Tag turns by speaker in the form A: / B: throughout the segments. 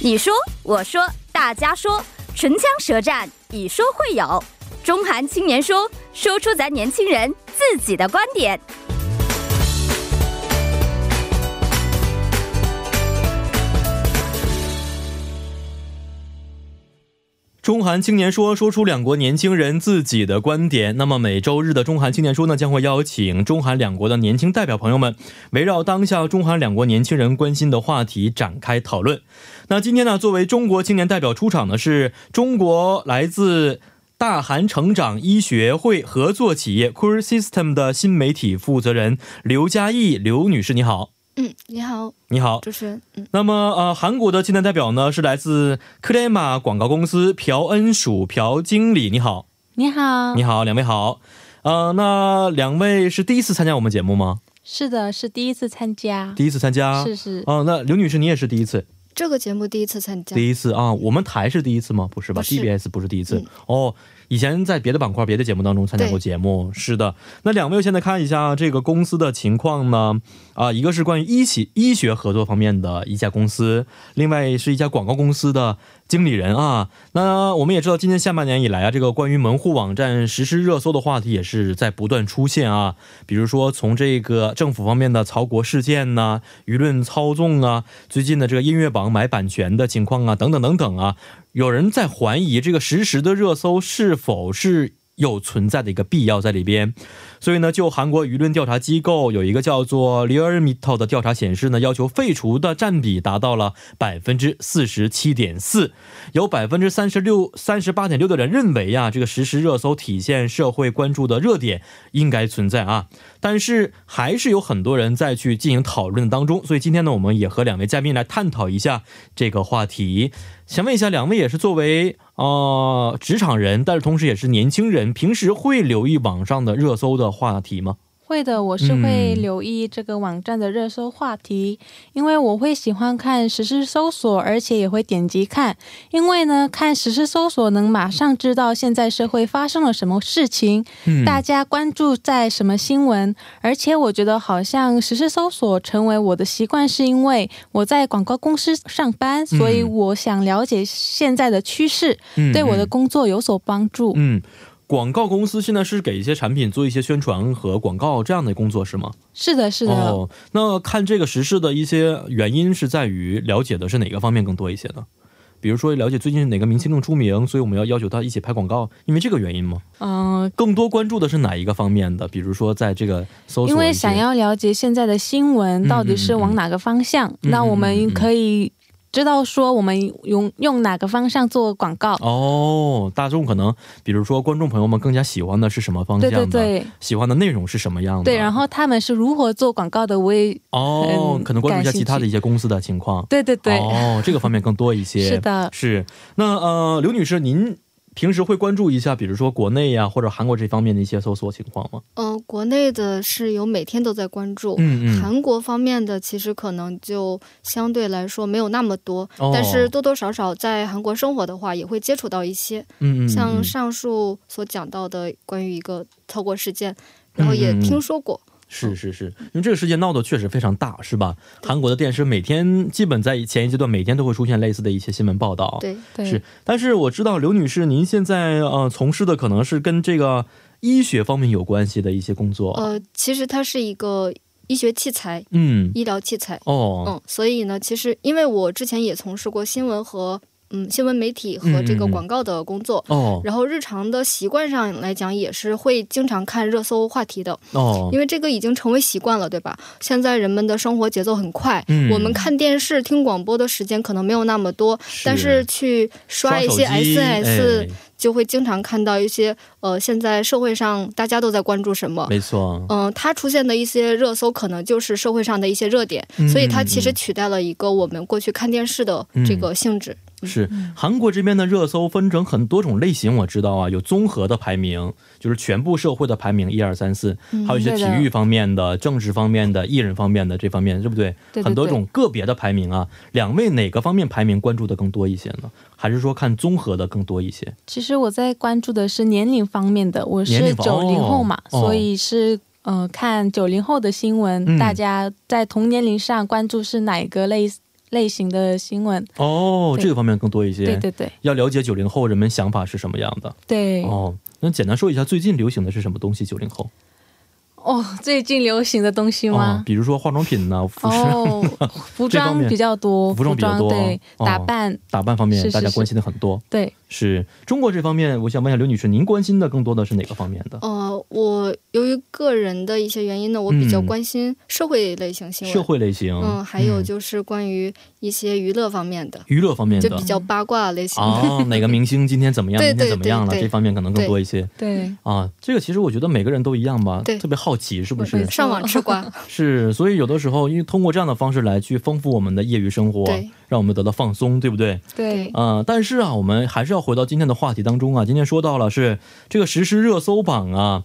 A: 你说，我说，大家说，唇枪舌战，以说会友。中韩青年说，说出咱年轻人自己的观点。
B: 中韩青年说说出两国年轻人自己的观点。那么每周日的中韩青年说呢，将会邀请中韩两国的年轻代表朋友们，围绕当下中韩两国年轻人关心的话题展开讨论。那今天呢，作为中国青年代表出场的是中国来自。大韩成长医学会合作企业 Cool System 的新媒体负责人刘佳艺刘女士，你好，
C: 嗯，你好，
B: 你好。
C: 主持人，嗯，
B: 那么呃，韩国的青年代表呢是来自克莱玛广告公司朴恩淑朴经理，你好，
D: 你好，
B: 你好，两位好。呃，那两位是第一次参加我们节目吗？
D: 是的，是第一次参加，
B: 第一次参加，
D: 是是，
B: 哦、那刘女士你也是第一次，
C: 这个节目第一次参加，
B: 第一次啊，我们台是第一次吗？不是吧
C: 不是
B: ？TBS 不是第一次、
C: 嗯
B: 哦，以前在别的板块、别的节目当中参加过节目，是的。那两位现在看一下这个公司的情况呢，啊、一个是关于医企医学合作方面的一家公司，另外是一家广告公司的经理人啊。那我们也知道，今年下半年以来啊，这个关于门户网站实施热搜的话题也是在不断出现啊，比如说从这个政府方面的曹国事件呐、舆论操纵啊，最近的这个音乐榜买版权的情况啊，等等等等啊，有人在怀疑这个实时的热搜是否是有存在的一个必要在里边。所以呢，就韩国舆论调查机构有一个叫做 Learmito 的调查显示呢，要求废除的占比达到了百分之四十七点四，有百分之三十六、三十八点六的人认为啊，这个实时热搜体现社会关注的热点应该存在啊，但是还是有很多人在去进行讨论当中。所以今天呢，我们也和两位嘉宾来探讨一下这个话题。想问一下，两位也是作为呃职场人，但是同时也是年轻人，平时会留意网上的热搜的话题吗？
D: 会的，我是会
B: 嗯
D: 留意这个网站的热搜话题，因为我会喜欢看实时搜索，而且也会点击看，因为呢，看实时搜索能马上知道现在社会发生了什么事情，
B: 嗯
D: 大家关注在什么新闻，而且我觉得好像实时搜索成为我的习惯，是因为我在广告公司上班，所
B: 嗯
D: 以我想了解现在的趋势，对我的工作有所帮助。
B: 嗯。广告公司现在是给一些产品做一些宣传和广告这样的工作是吗？
D: 是的，是的。
B: 哦，那看这个时事的一些原因是在于了解的是哪个方面更多一些呢？比如说了解最近哪个明星更出名，所以我们要要求他一起拍广告，因为这个原因吗？
D: 嗯，
B: 更多关注的是哪一个方面的？比如说在这个搜索一些，
D: 因为想要了解现在的新闻到底是往哪个方向，
B: 嗯
D: 那我
B: 嗯嗯
D: 们
B: 嗯
D: 可以知道说我们用用哪个方向做广告。
B: 哦，大众可能比如说观众朋友们更加喜欢的是什么方向
D: 对
B: 的？
D: 对对
B: 喜欢的内容是什么样的？
D: 对，然后他们是如何做广告的？我也
B: 哦，
D: 嗯
B: 可能关注一下
D: 感兴
B: 其
D: 趣
B: 他的一些公司的情况。
D: 对对对，
B: 哦，这个方面更多一些。
D: 是的，
B: 是，那呃，刘女士，您平时会关注一下，比如说国内呀、或者韩国这方面的一些搜索情况吗？
C: 嗯、国内的是有每天都在关注。
B: 嗯
C: 韩国方面的其实可能就相对来说没有那么多，
B: 哦
C: 但是多多少少在韩国生活的话，也会接触到一些，
B: 嗯嗯，
C: 像
B: 嗯
C: 上述所讲到的关于一个透过事件，然后也
B: 嗯嗯嗯
C: 听说过，
B: 是是是，因为这个事件闹得确实非常大，是吧？韩国的电视每天基本在前一阶段每天都会出现类似的一些新闻报道。
C: 对，
D: 对
B: 是，但是我知道刘女士，您现在呃从事的可能是跟这个医学方面有关系的一些工作。
C: 呃，其实它是一个医学器材、
B: 嗯，
C: 医疗器材，
B: 哦，
C: 嗯，所以呢，其实因为我之前也从事过新闻和嗯新闻媒体和这个
B: 嗯嗯嗯
C: 广告的工作，
B: 哦，
C: 然后日常的习惯上来讲，也是会经常看热搜话题的，
B: 哦，
C: 因为这个已经成为习惯了，对吧？现在人们的生活节奏很快，
B: 嗯
C: 我们看电视、听广播的时间可能没有那么多，但是去刷一些
B: 手机
C: SNS，、
B: 哎
C: 就会经常看到一些呃，现在社会上大家都在关注什么。
B: 哎没错，
C: 嗯，它出现的一些热搜可能就是社会上的一些热点，
B: 嗯
C: 所以它其
B: 嗯
C: 实
B: 嗯
C: 取代了一个我们过去看电视的这个性质。
B: 是韩国这边的热搜分成很多种类型，我知道啊，有综合的排名，就是全部社会的排名一二三四，还有一些体育方面的、政治方面的、艺人方面的这方面，对不对？
D: 对对
B: 很多
D: 对
B: 种个别的排名啊，两位哪个方面排名关注的更多一些呢？还是说看综合的更多一些？
D: 其实我在关注的是年龄方面的，我
B: 年
D: 是
B: 龄方
D: 九零后嘛，
B: 哦哦
D: 所以是。呃，看九零后的新闻，
B: 嗯
D: 大家在同年龄上关注是哪一个类类型的新闻。
B: 哦，
D: 对
B: 这个方面更多一些。
D: 对对对
B: 要了解九零后人们想法是什么样的。
D: 对哦
B: 哦，那简单说一下最近流行的是什么东西？九零后
D: 哦最近流行的东西
B: 啊
D: 吗，？
B: 比如说化妆品呐、服饰、
D: 哦，服
B: 这方
D: 装
B: 面
D: 比较多，
B: 服装比较多
D: 对，
B: 哦
D: 打扮，
B: 打扮方面，
D: 是是
B: 大家
D: 是
B: 关心的很多。
D: 对，
B: 是中国这方面，我想问一下刘女士，您关心的更多的是哪个方面的？
C: 呃，我由于个人的一些原因呢，我比较
B: 嗯
C: 关心社会类型新闻，
B: 社会类型，
C: 嗯，还有就是关于一些娱乐方面的，
B: 娱乐方面
C: 就
B: 的
C: 比较八卦类型的。
B: 哦，哪个明星今天怎么样，
C: 对
B: 明天怎么样了？
C: 对对对
B: 这方面可能更多一些
D: 对，
B: 啊。这个其实我觉得每个人都一样吧，
C: 对
B: 特别好奇是不
D: 没
B: 是
D: 错？
C: 上网吃瓜，
B: 是，所以有的时候因为通过这样的方式来去丰富我们的业余生活
C: 对，
B: 让我们得到放松，对不对？
D: 对，
B: 嗯，但是啊，我们还是要回到今天的话题当中啊。今天说到了是这个实时热搜榜啊，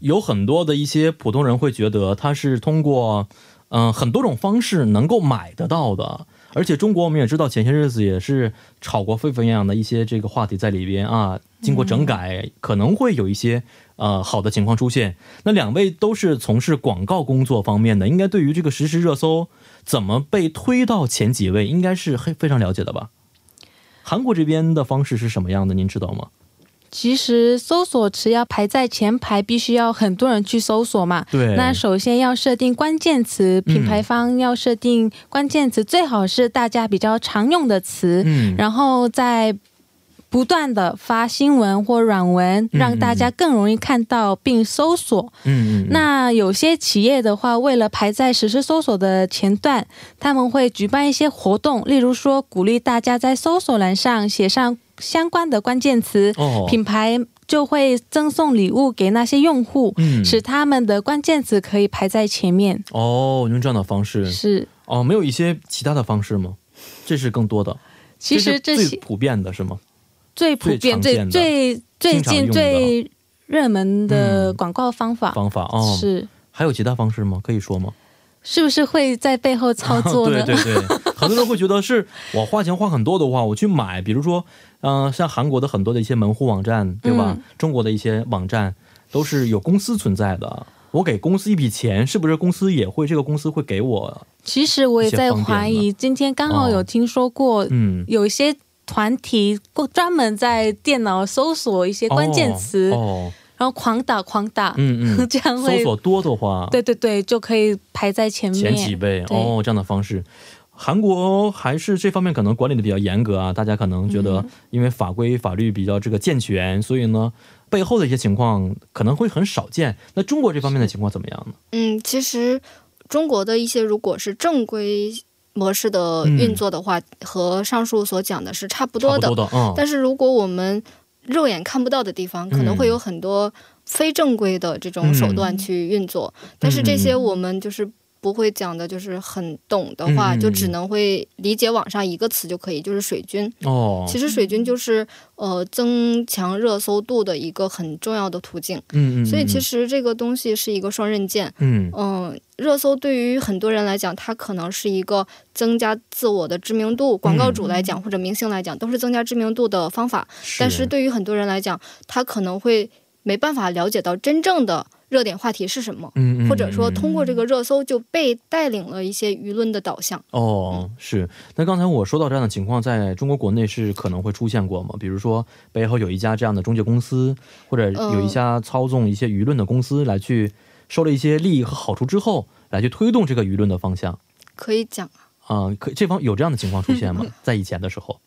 B: 有很多的一些普通人会觉得它是通过嗯、很多种方式能够买得到的。而且中国我们也知道，前些日子也是炒过沸沸扬扬的一些这个话题在里边啊。经过整改，可能会有一些呃好的情况出现。那两位都是从事广告工作方面的，应该对于这个实时热搜怎么被推到前几位，应该是很非常了解的吧？韩国这边的方式是什么样的？您知道吗？
D: 其实搜索词要排在前排，必须要很多人去搜索嘛。
B: 对
D: 那首先要设定关键词，品牌方要设定关键词，最好是大家比较常用的词，
B: 嗯，
D: 然后再不断的发新闻或软文，
B: 嗯
D: 让大家更容易看到并搜索。
B: 嗯嗯，
D: 那有些企业的话，为了排在实时搜索的前段，他们会举办一些活动，例如说鼓励大家在搜索栏上写上相关的关键词，
B: 哦，
D: 品牌就会赠送礼物给那些用户，
B: 嗯
D: 使他们的关键词可以排在前面。
B: 哦，用这样的方式
D: 是，
B: 哦，没有一些其他的方式吗？这是更多的，
D: 其实
B: 这
D: 这
B: 是最
D: 些
B: 普遍的是吗？
D: 最普遍、
B: 最常见
D: 最
B: 的
D: 最最
B: 经常用
D: 近
B: 的
D: 最热门的广告方法、
B: 方法哦，
D: 是，
B: 还有其他方式吗？可以说吗？
D: 是不是会在背后操作 呢？
B: 对对对， 很多人会觉得是我花钱花很多的话，我去买，比如说，嗯、像韩国的很多的一些门户网
D: 嗯
B: 站，对吧？中国的一些网站都是有公司存在的。我给公司一笔钱，是不是公司也会这个公司会给我？
D: 其实我也
B: 一
D: 在怀
B: 些方便哦
D: 疑，今天刚好有听说过，
B: 嗯，
D: 有一些团体过专门在电脑搜索一些关键词，
B: 哦，哦
D: 然后狂打狂打，
B: 嗯嗯
D: ，这样
B: 搜
D: 会
B: 索多的话，
D: 对对对，就可以排在前
B: 前
D: 面。
B: 几位
D: 对
B: 哦，这样的方式。韩国还是这方面可能管理的比较严格啊，大家可能觉
C: 嗯
B: 得因为法规法律比较这个健全，所以呢，背后的一些情况可能会很少见。那中国这方面的情况怎么样呢？
C: 嗯，其实中国的一些如果是正规模式的运作的话，和上述所讲的是差不
B: 嗯差
C: 多
B: 不
C: 的。
B: 多的，嗯，
C: 但是如果我们肉眼看不到的地方，可能会有很多非正规的这种手段去运作，
B: 嗯
C: 但是这些我们就是。不会讲的，就是很懂的话，
B: 嗯嗯嗯
C: 就只能会理解网上一个词就可以，就是水军。
B: 哦，
C: 其实水军就是呃增强热搜度的一个很重要的途径，
B: 嗯嗯，
C: 所以其
B: 嗯
C: 实这个东西是一个双刃剑。
B: 嗯
C: 嗯，热搜对于很多人来讲，它可能是一个增加自我的知名度，广告主
B: 嗯
C: 来讲、或者明星来讲，都是增加知名度的方法。但是对于很多人来讲，他可能会没办法了解到真正的热点话题是什么，
B: 嗯，嗯
C: 或者说
B: 嗯
C: 通过这个热搜就被带领了一些舆论的导向。
B: 哦，是。那刚才我说到这样的情况，在中国国内是可能会出现过吗？比如说背后有一家这样的中介公司，或者有一家操纵一些舆论的公司来去收了一些利益和好处之后，来去推动这个舆论的方向
C: 可以讲，
B: 啊、可这方有这样的情况出现 吗？在以前的时候，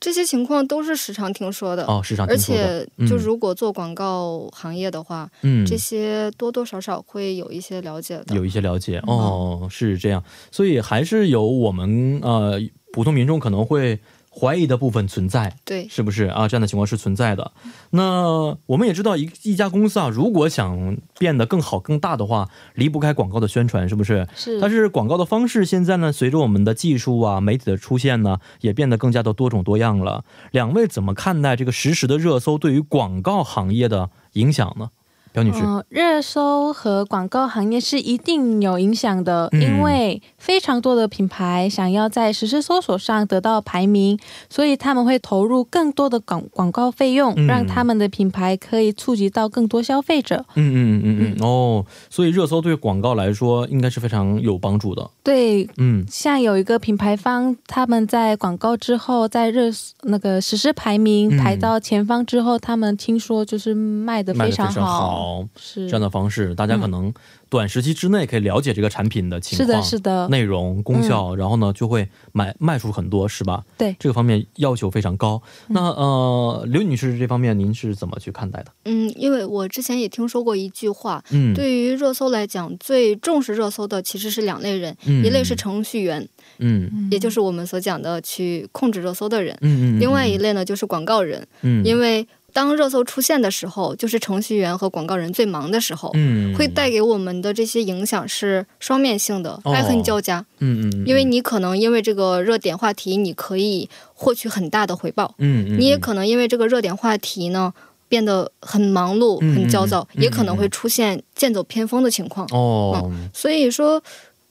C: 这些情况都是时常听说的。
B: 哦，市场
C: 而
B: 听说的，
C: 且，
B: 嗯
C: 就如果做广告行业的话，
B: 嗯，
C: 这些多多少少会有一些了解的。
B: 有一些了
C: 嗯
B: 解哦，是这样，所以还是有我们呃普通民众可能会怀疑的部分存在。
C: 对，
B: 是不是啊？这样的情况是存在的。那我们也知道一，一家公司啊，如果想变得更好、更大的话，离不开广告的宣传，是不是？
D: 是，
B: 但是广告的方式现在呢，随着我们的技术啊、媒体的出现呢，也变得更加的多种多样了。两位怎么看待这个实时的热搜对于广告行业的影响呢？姚女士，
D: 嗯、热搜和广告行业是一定有影响的，
B: 嗯
D: 因为非常多的品牌想要在实时搜索上得到排名，所以他们会投入更多的广广告费用，
B: 嗯
D: 让他们的品牌可以触及到更多消费者。
B: 嗯嗯嗯嗯嗯，哦，所以热搜对广告来说应该是非常有帮助的。
D: 对，
B: 嗯
D: 像有一个品牌方，他们在广告之后，在热搜那个实时排
B: 嗯
D: 名排到前方之后，他们听说就是卖的
B: 卖
D: 非
B: 的非
D: 常
B: 常好，
D: 是
B: 这样的方式，大家可
C: 嗯
B: 能短时期之内可以了解这个产品的情
D: 是
B: 况、
D: 的，是的，
B: 内容、
C: 嗯
B: 功效，然后呢就会买卖出很多，是吧？
D: 对
B: 这个方面要求非常高。
C: 嗯
B: 那呃，刘女士这方面您是怎么去看待的？
C: 嗯，因为我之前也听说过一句话，
B: 嗯，
C: 对于热搜来讲，最重视热搜的其实是两类人，
B: 嗯，
C: 一类是程序员，
B: 嗯
C: 也就是我们所讲的去控制热搜的人；
B: 嗯嗯，
C: 另外一类呢就是广告人，
B: 嗯，
C: 因
B: 为
C: 为当热搜出现的时候，就是程序员和广告人最忙的时候。
B: 嗯
C: 会带给我们的这些影响是双面性的，
B: 哦
C: 爱恨交加。
B: 嗯嗯，
C: 因为你可能因为这个热点话题，你可以获取很大的回报；
B: 嗯嗯，
C: 你也可能因为这个热点话题呢，变得很忙碌、
B: 嗯
C: 很焦躁，
B: 嗯嗯
C: 也可能会出现剑走偏锋的情况。
B: 哦，
C: 所以说，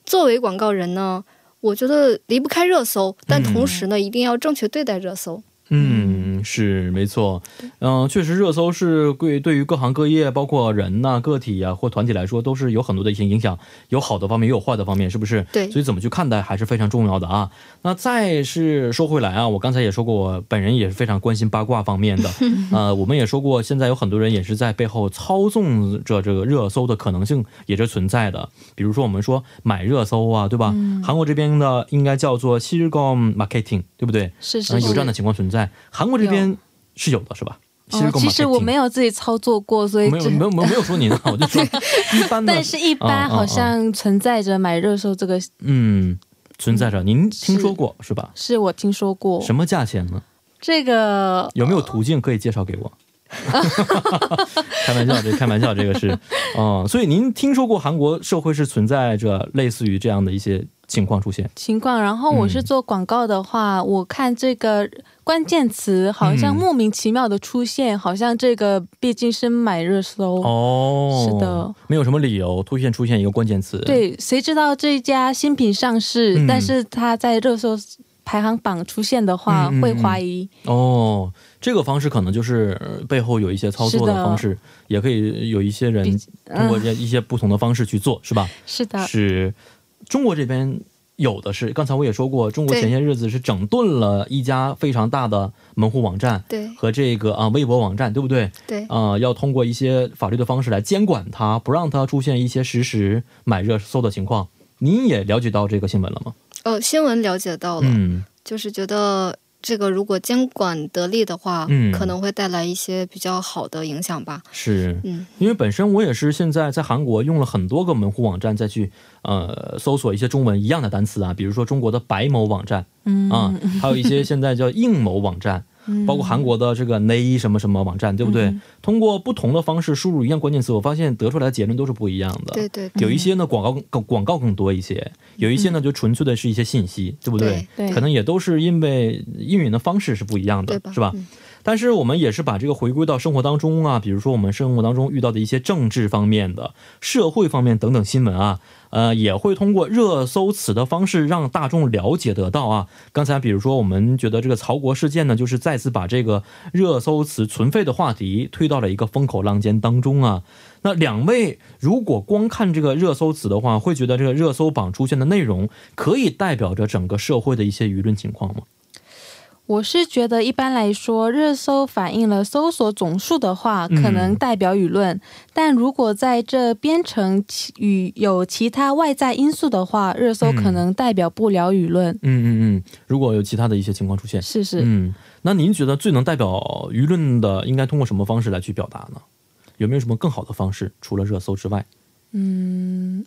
C: 作为广告人呢，我觉得离不开热搜，但同时呢，一定要正确对待热搜。
B: 嗯，是没错，嗯、确实，热搜是对对于各行各业，包括人呐、个体呀、或团体来说，都是有很多的一些影响，有好的方面，也有坏的方面，是不是？
C: 对
B: 所以怎么去看待还是非常重要的啊。那再是说回来啊，我刚才也说过，我本人也是非常关心八卦方面 的。呃，我们也说过，现在有很多人也是在背后操纵着这个热搜的可能性也是存在的。比如说，我们说买热搜啊，对吧？
D: 嗯
B: 韩国这边的应该叫做 silcom marketing，对不对？
D: 是
B: 嗯，
D: 是
B: 有这
D: 是
B: 样的情况存在。韩国这边是有的，是吧？
D: 哦，其实我没
B: 有，
D: 有自己操作过，所以
B: 没有，
D: 这
B: 没有，没有没有说 您啊，我就说一般的，
D: 但是一
B: 啊
D: 般
B: 啊
D: 好像存在着买热搜这个，
B: 嗯，存在着。您听说过是吧？
D: 是我听说过。
B: 什么价钱呢？
D: 这个
B: 有没有途径可以介绍给我？ 开玩笑，这开玩笑，这个是，嗯，所以您听说过韩国社会是存在着类似于这样的一些情况出现？
D: 情况？然后我是
B: 嗯
D: 做广告的话，我看这个关键词好像
B: 嗯
D: 莫名其妙的出现，好像这个毕竟是买热搜。
B: 哦，
D: 是的，
B: 没有什么理由突然出现一个关键词，，
D: 对，谁知道这家新品上市，
B: 嗯
D: 但是它在热搜排行榜出现的话，
B: 嗯嗯
D: 会
B: 嗯
D: 怀疑。
B: 哦，这个方式可能就是呃背后有一些操作的
D: 是的
B: 方式，也可以有一些人
D: 毕
B: 通过
D: 嗯
B: 这一些不同的方式去做，是吧？
D: 是的，
B: 是中国这边有的是，刚才我也说过，中国前些日子是整顿了一家非常大的门户网站
C: 对
B: 和这个啊、微博网站，对不对？
C: 对，
B: 啊、要通过一些法律的方式来监管它，不让它出现一些实时买热搜的情况。您也了解到这个新闻了吗？
C: 呃，新闻了解到了，
B: 嗯
C: 就是觉得这个如果监管得力的话，
B: 嗯
C: 可能会带来一些比较好的影响吧。
B: 是，
C: 嗯，
B: 因为本身我也是现在在韩国用了很多个门户网站再去呃搜索一些中文一样的单词啊，比如说中国的白某网站
D: 嗯
B: 啊、还有一些现在叫应某网 站，
C: 嗯
B: 包括韩国的这个 Nay 什么什么网站，对不对？通过不同的方式输入一样关键词，我发现得出来的结论都是不一样的。
C: 对对，
B: 有一些呢广告更广告更多一些，有一些呢就纯粹的是一些信息，对不对？
D: 对
B: 可能也都是因为运营的方式是不一样
C: 对
B: 的
C: 吧？，
B: 是吧？
C: 嗯
B: 但是我们也是把这个回归到生活当中啊，比如说我们生活当中遇到的一些政治方面的、社会方面等等新闻啊，呃，也会通过热搜词的方式让大众了解得到啊。刚才比如说我们觉得这个曹国事件呢，就是再次把这个热搜词存废的话题推到了一个风口浪尖当中啊。那两位如果光看这个热搜词的话，会觉得这个热搜榜出现的内容可以代表着整个社会的一些舆论情况吗？
D: 我是觉得，一般来说，热搜反映了搜索总数的话，
B: 嗯
D: 可能代表舆论；但如果在这编程其与有其他外在因素的话，热
B: 嗯
D: 搜可能代表不了舆论。
B: 嗯嗯嗯，如果有其他的一些情况出现，
D: 是是，
B: 嗯，那您觉得最能代表舆论的，应该通过什么方式来去表达呢？有没有什么更好的方式，除了热搜之外？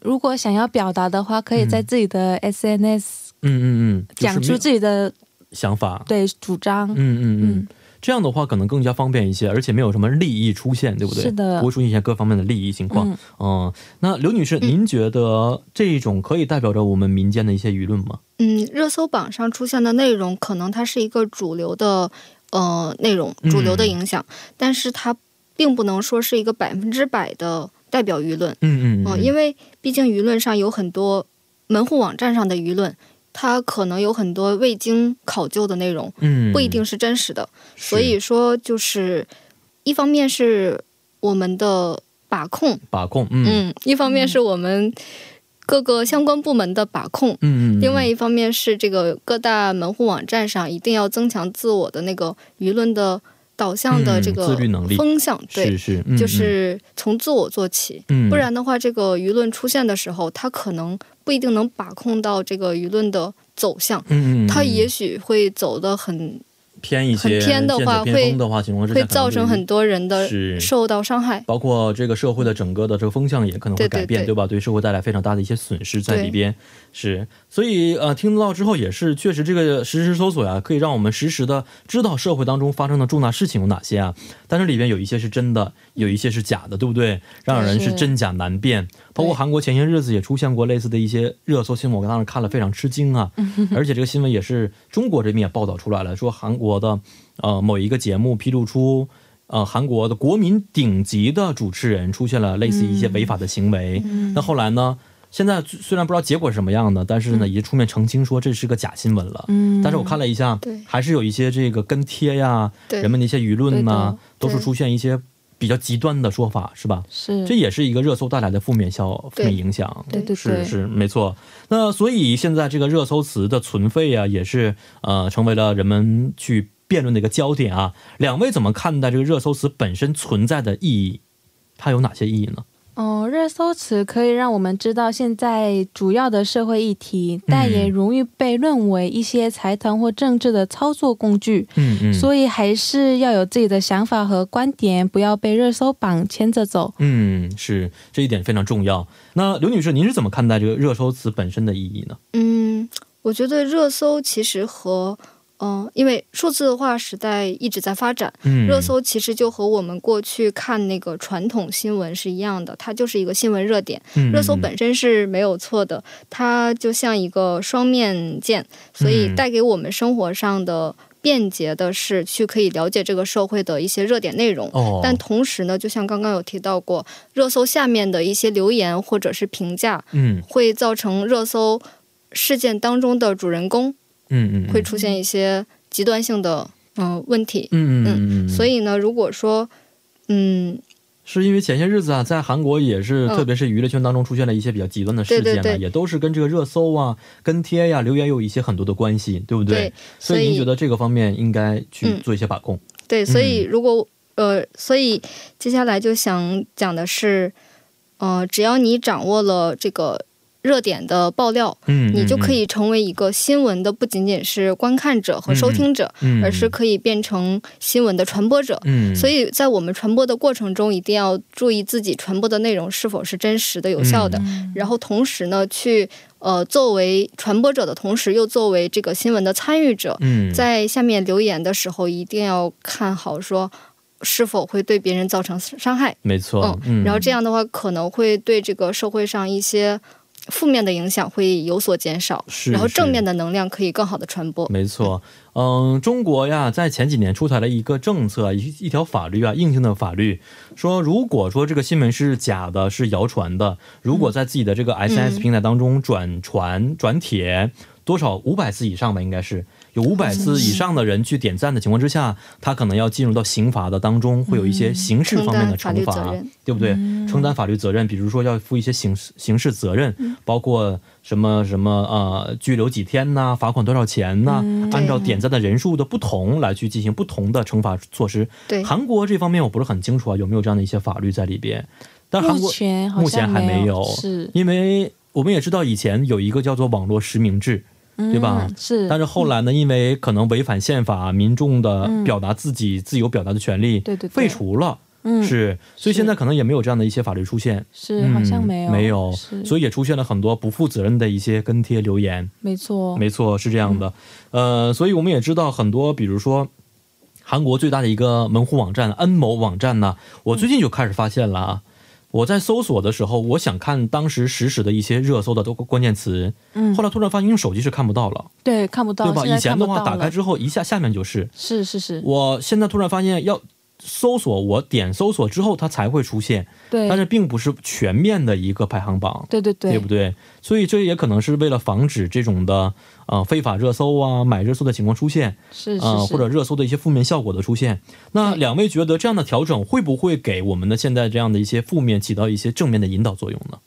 D: 如果想要表达的话，可以在自己的 SNS
B: 嗯嗯嗯，嗯就是
D: 讲
B: 没
D: 出
B: 有
D: 自己的、
B: 想法。
D: 对主张。
B: 嗯嗯嗯
D: 嗯，
B: 这样的话可能更加方便一些，而且没有什么利益出现，对不对？
D: 是的
B: 不会出现一些各方面的利益情况。嗯
D: 嗯，
B: 那刘女士，您觉得这种可以代表着我们民间的一些舆论吗？
C: 嗯，热搜榜上出现的内容，
B: 嗯
C: 可能它是一个主流的呃内容，主流的影响，但是它并不能说是一个百分之百的代表舆论，
B: 嗯嗯
C: 嗯，因
B: 为
C: 为毕竟舆论上有很多门户网站上的舆论，它可能有很多未经考究的内容，
B: 嗯
C: 不一定是真实的。
B: 是，
C: 所以说，就是一方面是我们的把控，
B: 把控，嗯
C: 嗯，一方面是我们各个相关部门的把控。
B: 嗯嗯，
C: 另外一方面是这个各大门户网站上一定要增强自我的那个舆论的导向的
B: 嗯
C: 这个
B: 自律能力
C: 风向，
B: 是
C: 对，
B: 是，嗯
C: 就是从自我做起。
B: 嗯，
C: 不然的话，这个舆论出现的时候，它可能不一定能把控到这个舆论的走向，
B: 嗯，嗯嗯，
C: 它也
B: 许
C: 许会走得很，
B: 偏一些，
C: 很偏的话
B: 剑走偏锋的话情况之下
C: 会
B: 可能
C: 造
B: 对
C: 成
B: 于
C: 很多人的
B: 是
C: 受到伤害。
B: 包括这个社会的整个的这个风向也可能会
C: 对对
B: 改变，
C: 对
B: 吧？对社会带来非常大的一些损失在
C: 对
B: 里边，是。所以呃，听到之后也是，确实这个实时搜索呀、可以让我们实时的知道社会当中发生的重大事情有哪些啊。但是里边有一些是真的，有一些是假的，对不对？让人是
D: 是
B: 真假难辨。包括
C: 对
B: 韩国前些日子也出现过类似的一些热搜新闻，我当时看了非常吃惊
C: 嗯
B: 啊。而且这个新闻也是中国这边也报道出来了，说韩国的呃某一个节目披露出。呃，韩国的国民顶级的主持人出现了类似一些
C: 嗯
B: 违法的行为，
D: 嗯
B: 那嗯后来呢？现在虽虽然不知道结果是什么样的，但是呢，
C: 嗯
B: 已经出面澄清说这是个假新闻了。
D: 嗯
B: 但是我看了一下
C: 对，
B: 还是有一些这个跟贴呀，
C: 对
B: 人们的一些舆论呐、都
C: 对的
B: 是
C: 对
B: 出现一些比较极端的说法，是吧？
D: 是
B: 这也是一个热搜带来的负面效负
C: 嗯对
B: 面影响。
D: 对对
B: 是
D: 对
B: 是没错。那所以现在这个热搜词的存废啊，也是呃成为了人们去辩论的一个焦点啊。两位怎么看待这个热搜词本身存在的意义？它有哪些意义呢？
D: 哦，热搜词可以让我们知道现在主要的社会议
B: 嗯
D: 题，但也容易被认为一些财团或政治的操作工具。
B: 嗯嗯
D: 所以还是要有自己的想法和观点，不要被热搜榜牵着走。
B: 嗯，是这一点非常重要。那刘女士，您是怎么看待这个热搜词本身的意义呢？
C: 嗯，我觉得热搜其实和嗯、因为数字化时代一直在发展，
B: 嗯，
C: 热搜其实就和我们过去看那个传统新闻是一样的，它就是一个新闻热点。
B: 嗯
C: 热搜本身是没有错的，它就像一个双面剑，所以
B: 嗯
C: 带给我们生活上的便捷的是去可以了解这个社会的一些热点内容。
B: 哦，
C: 但同时呢，就像刚刚有提到过，热搜下面的一些留言或者是评价，
B: 嗯
C: 会造成热搜事件当中的主人公
B: 嗯嗯
C: 会出现一些极端性的嗯、呃问题。
B: 嗯嗯嗯嗯，
C: 所以呢，如果说嗯
B: 是因为前些日子啊，在韩国也是，
C: 嗯
B: 特别是娱乐圈当中出现了一些比较极端的事件呢、啊
C: 对对对
B: 也都是跟这个热搜啊、跟贴呀、留言有一些很多的关系，对不对？
C: 对
B: 所
C: 所
B: 以
C: 以
B: 您觉得这个方面应该去
C: 嗯
B: 做一些把控？
C: 对，所以
B: 嗯
C: 如果、呃，所以接下来就想讲的是，呃，只要你掌握了这个热点的爆料，
B: 嗯，
C: 你就可
B: 嗯，
C: 以成为一个新闻的不仅仅是观看者和收听者，
B: 嗯、
C: 而是可以变成新闻的传播者。
B: 嗯，
C: 所以在我们传播的过程中，一定要注意自己传播的内容是否是真实的、有效的。
B: 嗯
C: 然后同时呢，去呃作为传播者的同时，又作为这个新闻的参与者，
B: 嗯，
C: 在下面留言的时候，一定要看好说是否会对别人造成伤害。
B: 没错，嗯，
C: 嗯，然后这样的话，可能会对这个社会上一些负面的影响会有所减少，
B: 是
C: 然后正
B: 是
C: 面的能量可以更好的传播。
B: 没错，嗯，中国呀，在前几年出台了一个政策，一一条法律啊，硬性的法律，说如果说这个新闻是假的，是谣传的，如
C: 嗯
B: 果在自己的这个 SNS 平台当中转传、转帖多少五百次以上吧，应该是有五百次以上的人去点赞的情况之下，他可能要进入到刑罚的当中，会有一些刑事
C: 嗯承
B: 方面的
C: 担法
B: 惩
C: 律
B: 罚。
C: 责任，
B: 对不对？
D: 嗯
B: 承担法律责任，比如说要负一些刑事刑事责任，
D: 嗯
B: 包括什么什么呃，拘留几天呐、罚款多少钱呐、
D: 嗯
B: 按照点赞的人数的不同来去进行不同的惩罚措施。
C: 对，
B: 韩国这方面我不是很清楚啊，有没有这样的一些法律在里边？但韩
D: 目
B: 国
D: 前好
B: 目前
D: 像
B: 还没有
D: 是，
B: 因为我们也知道以前有一个叫做网络实名制，
D: 对
B: 对吧
D: 嗯是，
B: 但是后来呢，因为可能违反宪法，民众的
D: 嗯
B: 表达自己自由表达的权利
D: 对对对
B: 废除了，
D: 嗯
B: 是，所以
D: 是
B: 现在可能也没有这样的一些法律出现。
D: 是好像
B: 嗯
D: 没有
B: 没有，
D: 是
B: 所以也出现了很多不负责任的一些跟贴留言。
D: 没错，
B: 没错，是这样的。呃，所以我们也知道很多，比如说韩国最大的一个门户网站恩某网站呢，我最近就开始发现了啊。我在搜索的时候，我想看当时实时的一些热搜的都关键词，
D: 嗯
B: 后，来突然发现用手机是看不到了，
D: 对，看不到，
B: 对吧？
D: 现在
B: 以前的
D: 看不
B: 话，
D: 到
B: 打
D: 了
B: 开之后一下下面就是。
D: 是是是，
B: 我现在突然发现要搜索我点搜索之后它才会出现，
D: 对，
B: 但是并不是全面的一个排行榜，
D: 对对
B: 对不对？所以这也可能是为了防止这种的呃非法热搜啊、买热搜的情况出现，
D: 是是
B: 呃
D: 是
B: 或者热搜的一些负面效果的出现。那两位觉得这样的调整会不会给我们的现在这样的一些负面起到一些正面的引导作用呢？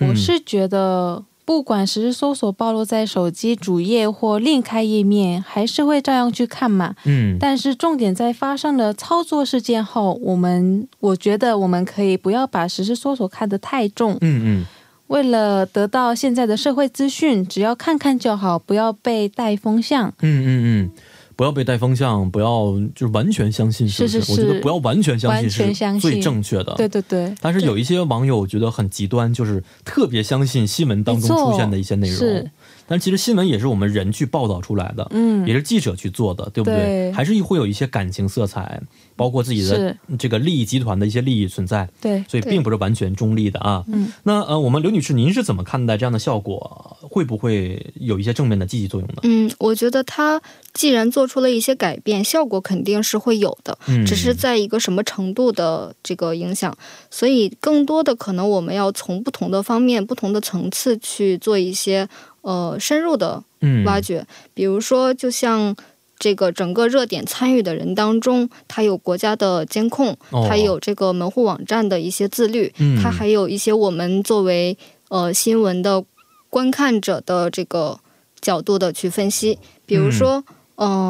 B: 嗯
D: 我是觉得，不管实时搜索暴露在手机主页或另开页面，还是会照样去看嘛。
B: 嗯，
D: 但是重点在发生了操作事件后，我们我觉得我们可以不要把实时搜索看得太重。
B: 嗯嗯，
D: 为了得到现在的社会资讯，只要看看就好，不要被带风向。
B: 嗯嗯嗯，不要被带风向，不要就是完全相信，是不
D: 是是
B: 我
D: 是
B: 觉得不要完全相
D: 完全
B: 信
D: 相
B: 是最
D: 信
B: 正确的。
D: 对对对，
B: 但是有一些网友觉得很极端，就是特别相信新闻当中
D: 没错
B: 出现的一些内容。
D: 是
B: 但其实新闻也是我们人去报道出来的，
D: 嗯
B: 也是记者去做的，对不对？
D: 对
B: 还是会有一些感情色彩，包括自己的
D: 是
B: 这个利益集团的一些利益存在，
D: 对。
B: 所以
C: 对
B: 并不是完全中立的啊。
D: 嗯，
B: 那呃，我们刘女士，您是怎么看待这样的效果？会不会有一些正面的积极作用呢？
C: 嗯，我觉得它既然做出了一些改变，效果肯定是会有的，
B: 嗯，
C: 只是在一个什么程度的这个影响。所以，更多的可能我们要从不同的方面、不同的层次去做一些呃深入的
B: 嗯
C: 挖掘。比如说，就像这个整个热点参与的人当中，它有国家的监控，
B: 哦
C: 它有这个门户网站的一些自律，
B: 嗯
C: 它还有一些我们作为呃新闻的观看者的这个角度的去分析。比如说，
B: 嗯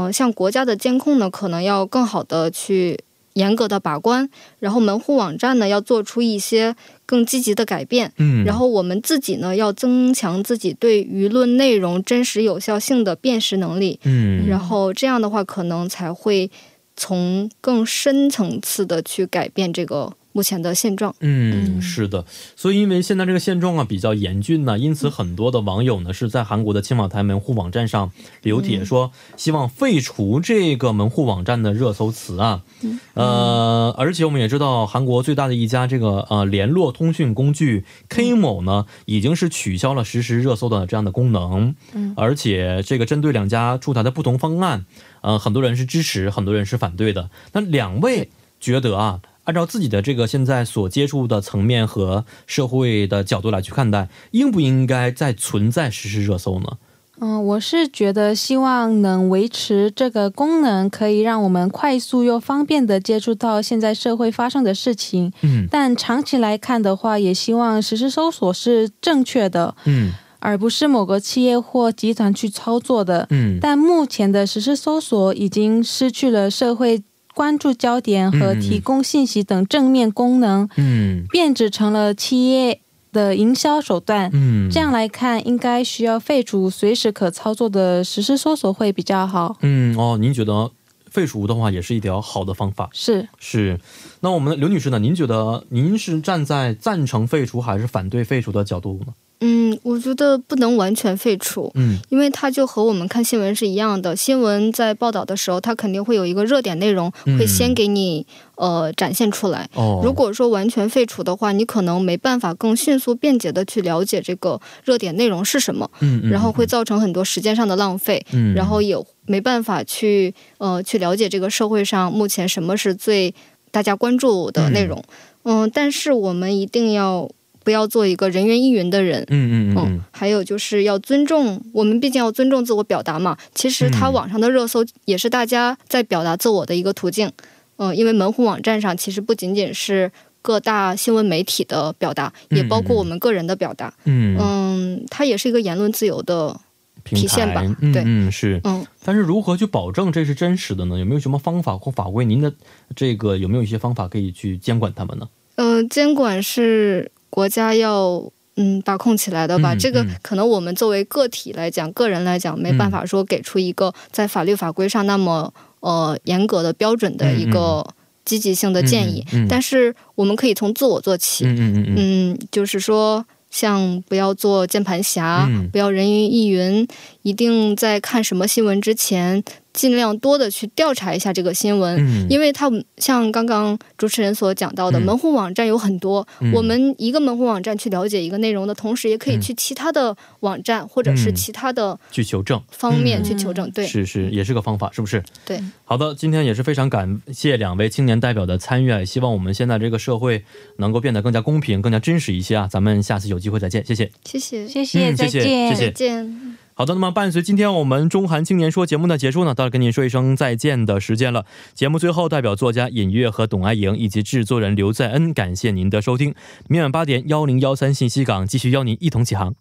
C: 呃，像国家的监控呢，可能要更好的去。严格的把关，然后门户网站呢要做出一些更积极的改变，
B: 嗯，
C: 然后我们自己呢，要增强自己对舆论内容真实有效性的辨识能力，
B: 嗯，
C: 然后这样的话，可能才会从更深层次的去改变这个目前的现状。
B: 嗯，
D: 嗯
B: 是的，所以因为现在这个现状啊比较严峻呢、因此很多的网友呢是在韩国的青瓦台门户网站上留
D: 嗯
B: 帖说，希望废除这个门户网站的热搜词啊。
D: 嗯
B: 呃，而且我们也知道，韩国最大的一家这个呃联络通讯工具 K 某呢，已经是取消了实时热搜的这样的功能。
D: 嗯
B: 而且这个针对两家出台的不同方案，呃，很多人是支持，很多人是反对的。那两位觉得啊，按照自己的这个现在所接触的层面和社会的角度来去看待，应不应该再存在实时热搜呢？
D: 嗯，我是觉得希望能维持这个功能，可以让我们快速又方便的接触到现在社会发生的事情。
B: 嗯
D: 但长期来看的话，也希望实时搜索是正确的，
B: 嗯
D: 而不是某个企业或集团去操作的。
B: 嗯
D: 但目前的实时搜索已经失去了社会关注焦点和
B: 嗯嗯
D: 提供信息等正面功能，
B: 嗯
D: 变质成了企业的营销手段。
B: 嗯，
D: 这样来看，应该需要废除随时可操作的实时搜索会比较好。
B: 嗯哦，您觉得废除的话也是一条好的方法？
D: 是，
B: 是。那我们刘女士呢？您觉得您是站在赞成废除还是反对废除的角度呢？
C: 嗯，我觉得不能完全废除，
B: 嗯
C: 因为它就和我们看新闻是一样的。新闻在报道的时候，它肯定会有一个热点内容，会先
B: 嗯
C: 给你呃展现出来。
B: 哦，
C: 如果说完全废除的话，你可能没办法更迅速便捷的去了解这个热点内容是什么，
B: 嗯嗯
C: 然后会造成很多时间上的浪费，
B: 嗯，
C: 然后也没办法去呃去了解这个社会上目前什么是最大家关注的内容。嗯、但是我们一定要不要做一个人云亦云的人。
B: 嗯嗯嗯
C: 嗯
B: 嗯，
C: 还有就是要尊重，我们毕竟要尊重自我表达嘛。其实它
B: 嗯
C: 网上的热搜也是大家在表达自我的一个途径。嗯，因为门户网站上其实不仅仅是各大新闻媒体的表达，也包括我们个人的表达。
B: 嗯嗯
C: 嗯，它也是一个言论自由的。
B: 平
C: 体现吧
B: 台
C: 对
B: 嗯嗯是。
C: 嗯
B: 但是如何去保证这是真实的呢？有没有什么方法或法规？您的这个有没有一些方法可以去监管他们呢？
C: 呃，监管是国家要。嗯，把控起来的吧，
B: 嗯
C: 这个
B: 嗯
C: 可能我们作为个体来讲，个人来讲，没办法说给出一个在法律法规上那么呃严格的标准的一个积极性的建议，
B: 嗯嗯嗯嗯
C: 但是我们可以从自我做起，
B: 嗯嗯嗯嗯
C: 嗯，就是说，像不要做键盘侠，
B: 嗯
C: 不要人云亦云，一定在看什么新闻之前，尽量多的去调查一下这个新闻，
B: 嗯
C: 因为它像刚刚主持人所讲到的，
B: 嗯
C: 门户网站有很多，
B: 嗯
C: 我们一个门户网站去了解一个内容的同时，也可以
B: 嗯
C: 去其他的网站或者是
B: 嗯
C: 其他的
B: 去求证，
C: 方面
B: 嗯
C: 去求证。对，
B: 是嗯是，也是个方法，是不是？
C: 对。
B: 好的，今天也是非常感谢两位青年代表的参与，啊，也希望我们现在这个社会能够变得更加公平、更加真实一些啊！咱们下次有机会再见，谢谢。
C: 谢谢，
D: 谢谢，
B: 嗯
D: 再
B: 谢谢
D: 见，
B: 谢谢
C: 再见。
B: 好的，那么伴随今天我们中韩青年说节目的结束呢，到了跟您说一声再见的时间了。节目最后，代表作家尹月和董爱莹以及制作人刘在恩，感谢您的收听。明晚八点幺零幺三信息港继续邀您一同起航，